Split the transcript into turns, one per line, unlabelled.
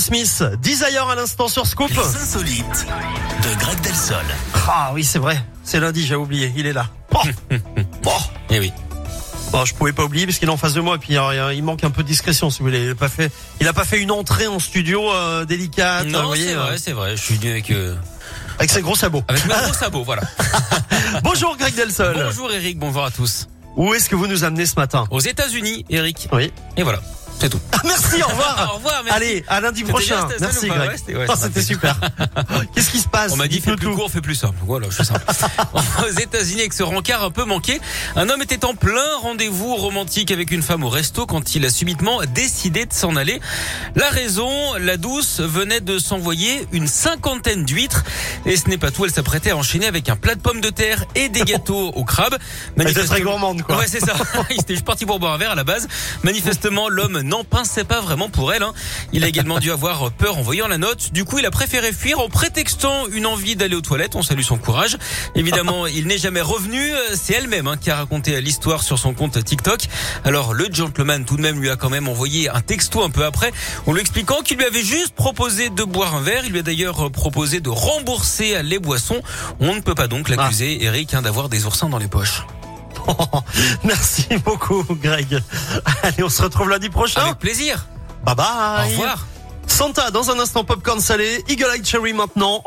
Smith, Desire à l'instant sur Scoop.
Les insolites de Greg Delsol.
Ah oui, c'est vrai. C'est lundi, j'ai oublié. Il est là. Oh. Bon.
Eh oui.
Bon, je pouvais pas oublier parce qu'il est en face de moi et puis il y a- il manque un peu de discrétion si vous voulez. Il a pas fait, il a pas fait une entrée en studio euh, délicate, vous
non,
voyez,
c'est
euh,
vrai, c'est vrai. Je suis venu avec, euh,
avec ses gros sabots.
avec mes gros sabots, voilà.
Bonjour Greg Delsol.
Bonjour Eric, bonjour à tous.
Où est-ce que vous nous amenez ce matin
Aux États-Unis, Eric.
Oui.
Et voilà, c'est tout.
Ah, merci, au
Au
revoir.
revoir, Oh, merci.
Allez, à lundi
C'était
prochain.
bien, c'était
Merci
ça, ou pas
Greg.
Ouais, c'était- ouais,
Oh,
c'était
C'était super. Qu'est-ce qui se passe
On m'a dit, fais
Dites-nous
plus
tout.
court, fais plus simple. Voilà, je suis simple. aux États-Unis, avec ce rencard un peu manqué, un homme était en plein rendez-vous romantique avec une femme au resto quand il a subitement décidé de s'en aller. La raison, la douce venait de s'envoyer une cinquantaine d'huîtres. Et ce n'est pas tout, elle s'apprêtait à enchaîner avec un plat de pommes de terre et des gâteaux au crabe.
Elle était très
Manifestement-
gourmande quoi.
Ouais, c'est ça. Il était juste parti pour boire un verre à la base. Manifestement, l'homme n'en pensait pas vraiment pour elle. hein. Il a également dû avoir peur en voyant la note. Du coup, il a préféré fuir en prétextant une envie d'aller aux toilettes. On salue son courage. Évidemment, il n'est jamais revenu. C'est elle-même hein, qui a raconté l'histoire sur son compte TikTok. Alors, le gentleman, tout de même, lui a quand même envoyé un texto un peu après, en lui expliquant qu'il lui avait juste proposé de boire un verre. Il lui a d'ailleurs proposé de rembourser les boissons. On ne peut pas donc l'accuser,
Ah.
Eric, hein, d'avoir des oursins dans les poches.
Merci beaucoup Greg. Allez, on se retrouve lundi prochain.
Avec plaisir.
Bye bye.
Au revoir.
Santa dans un instant popcorn salé, Eagle Eye Cherry maintenant.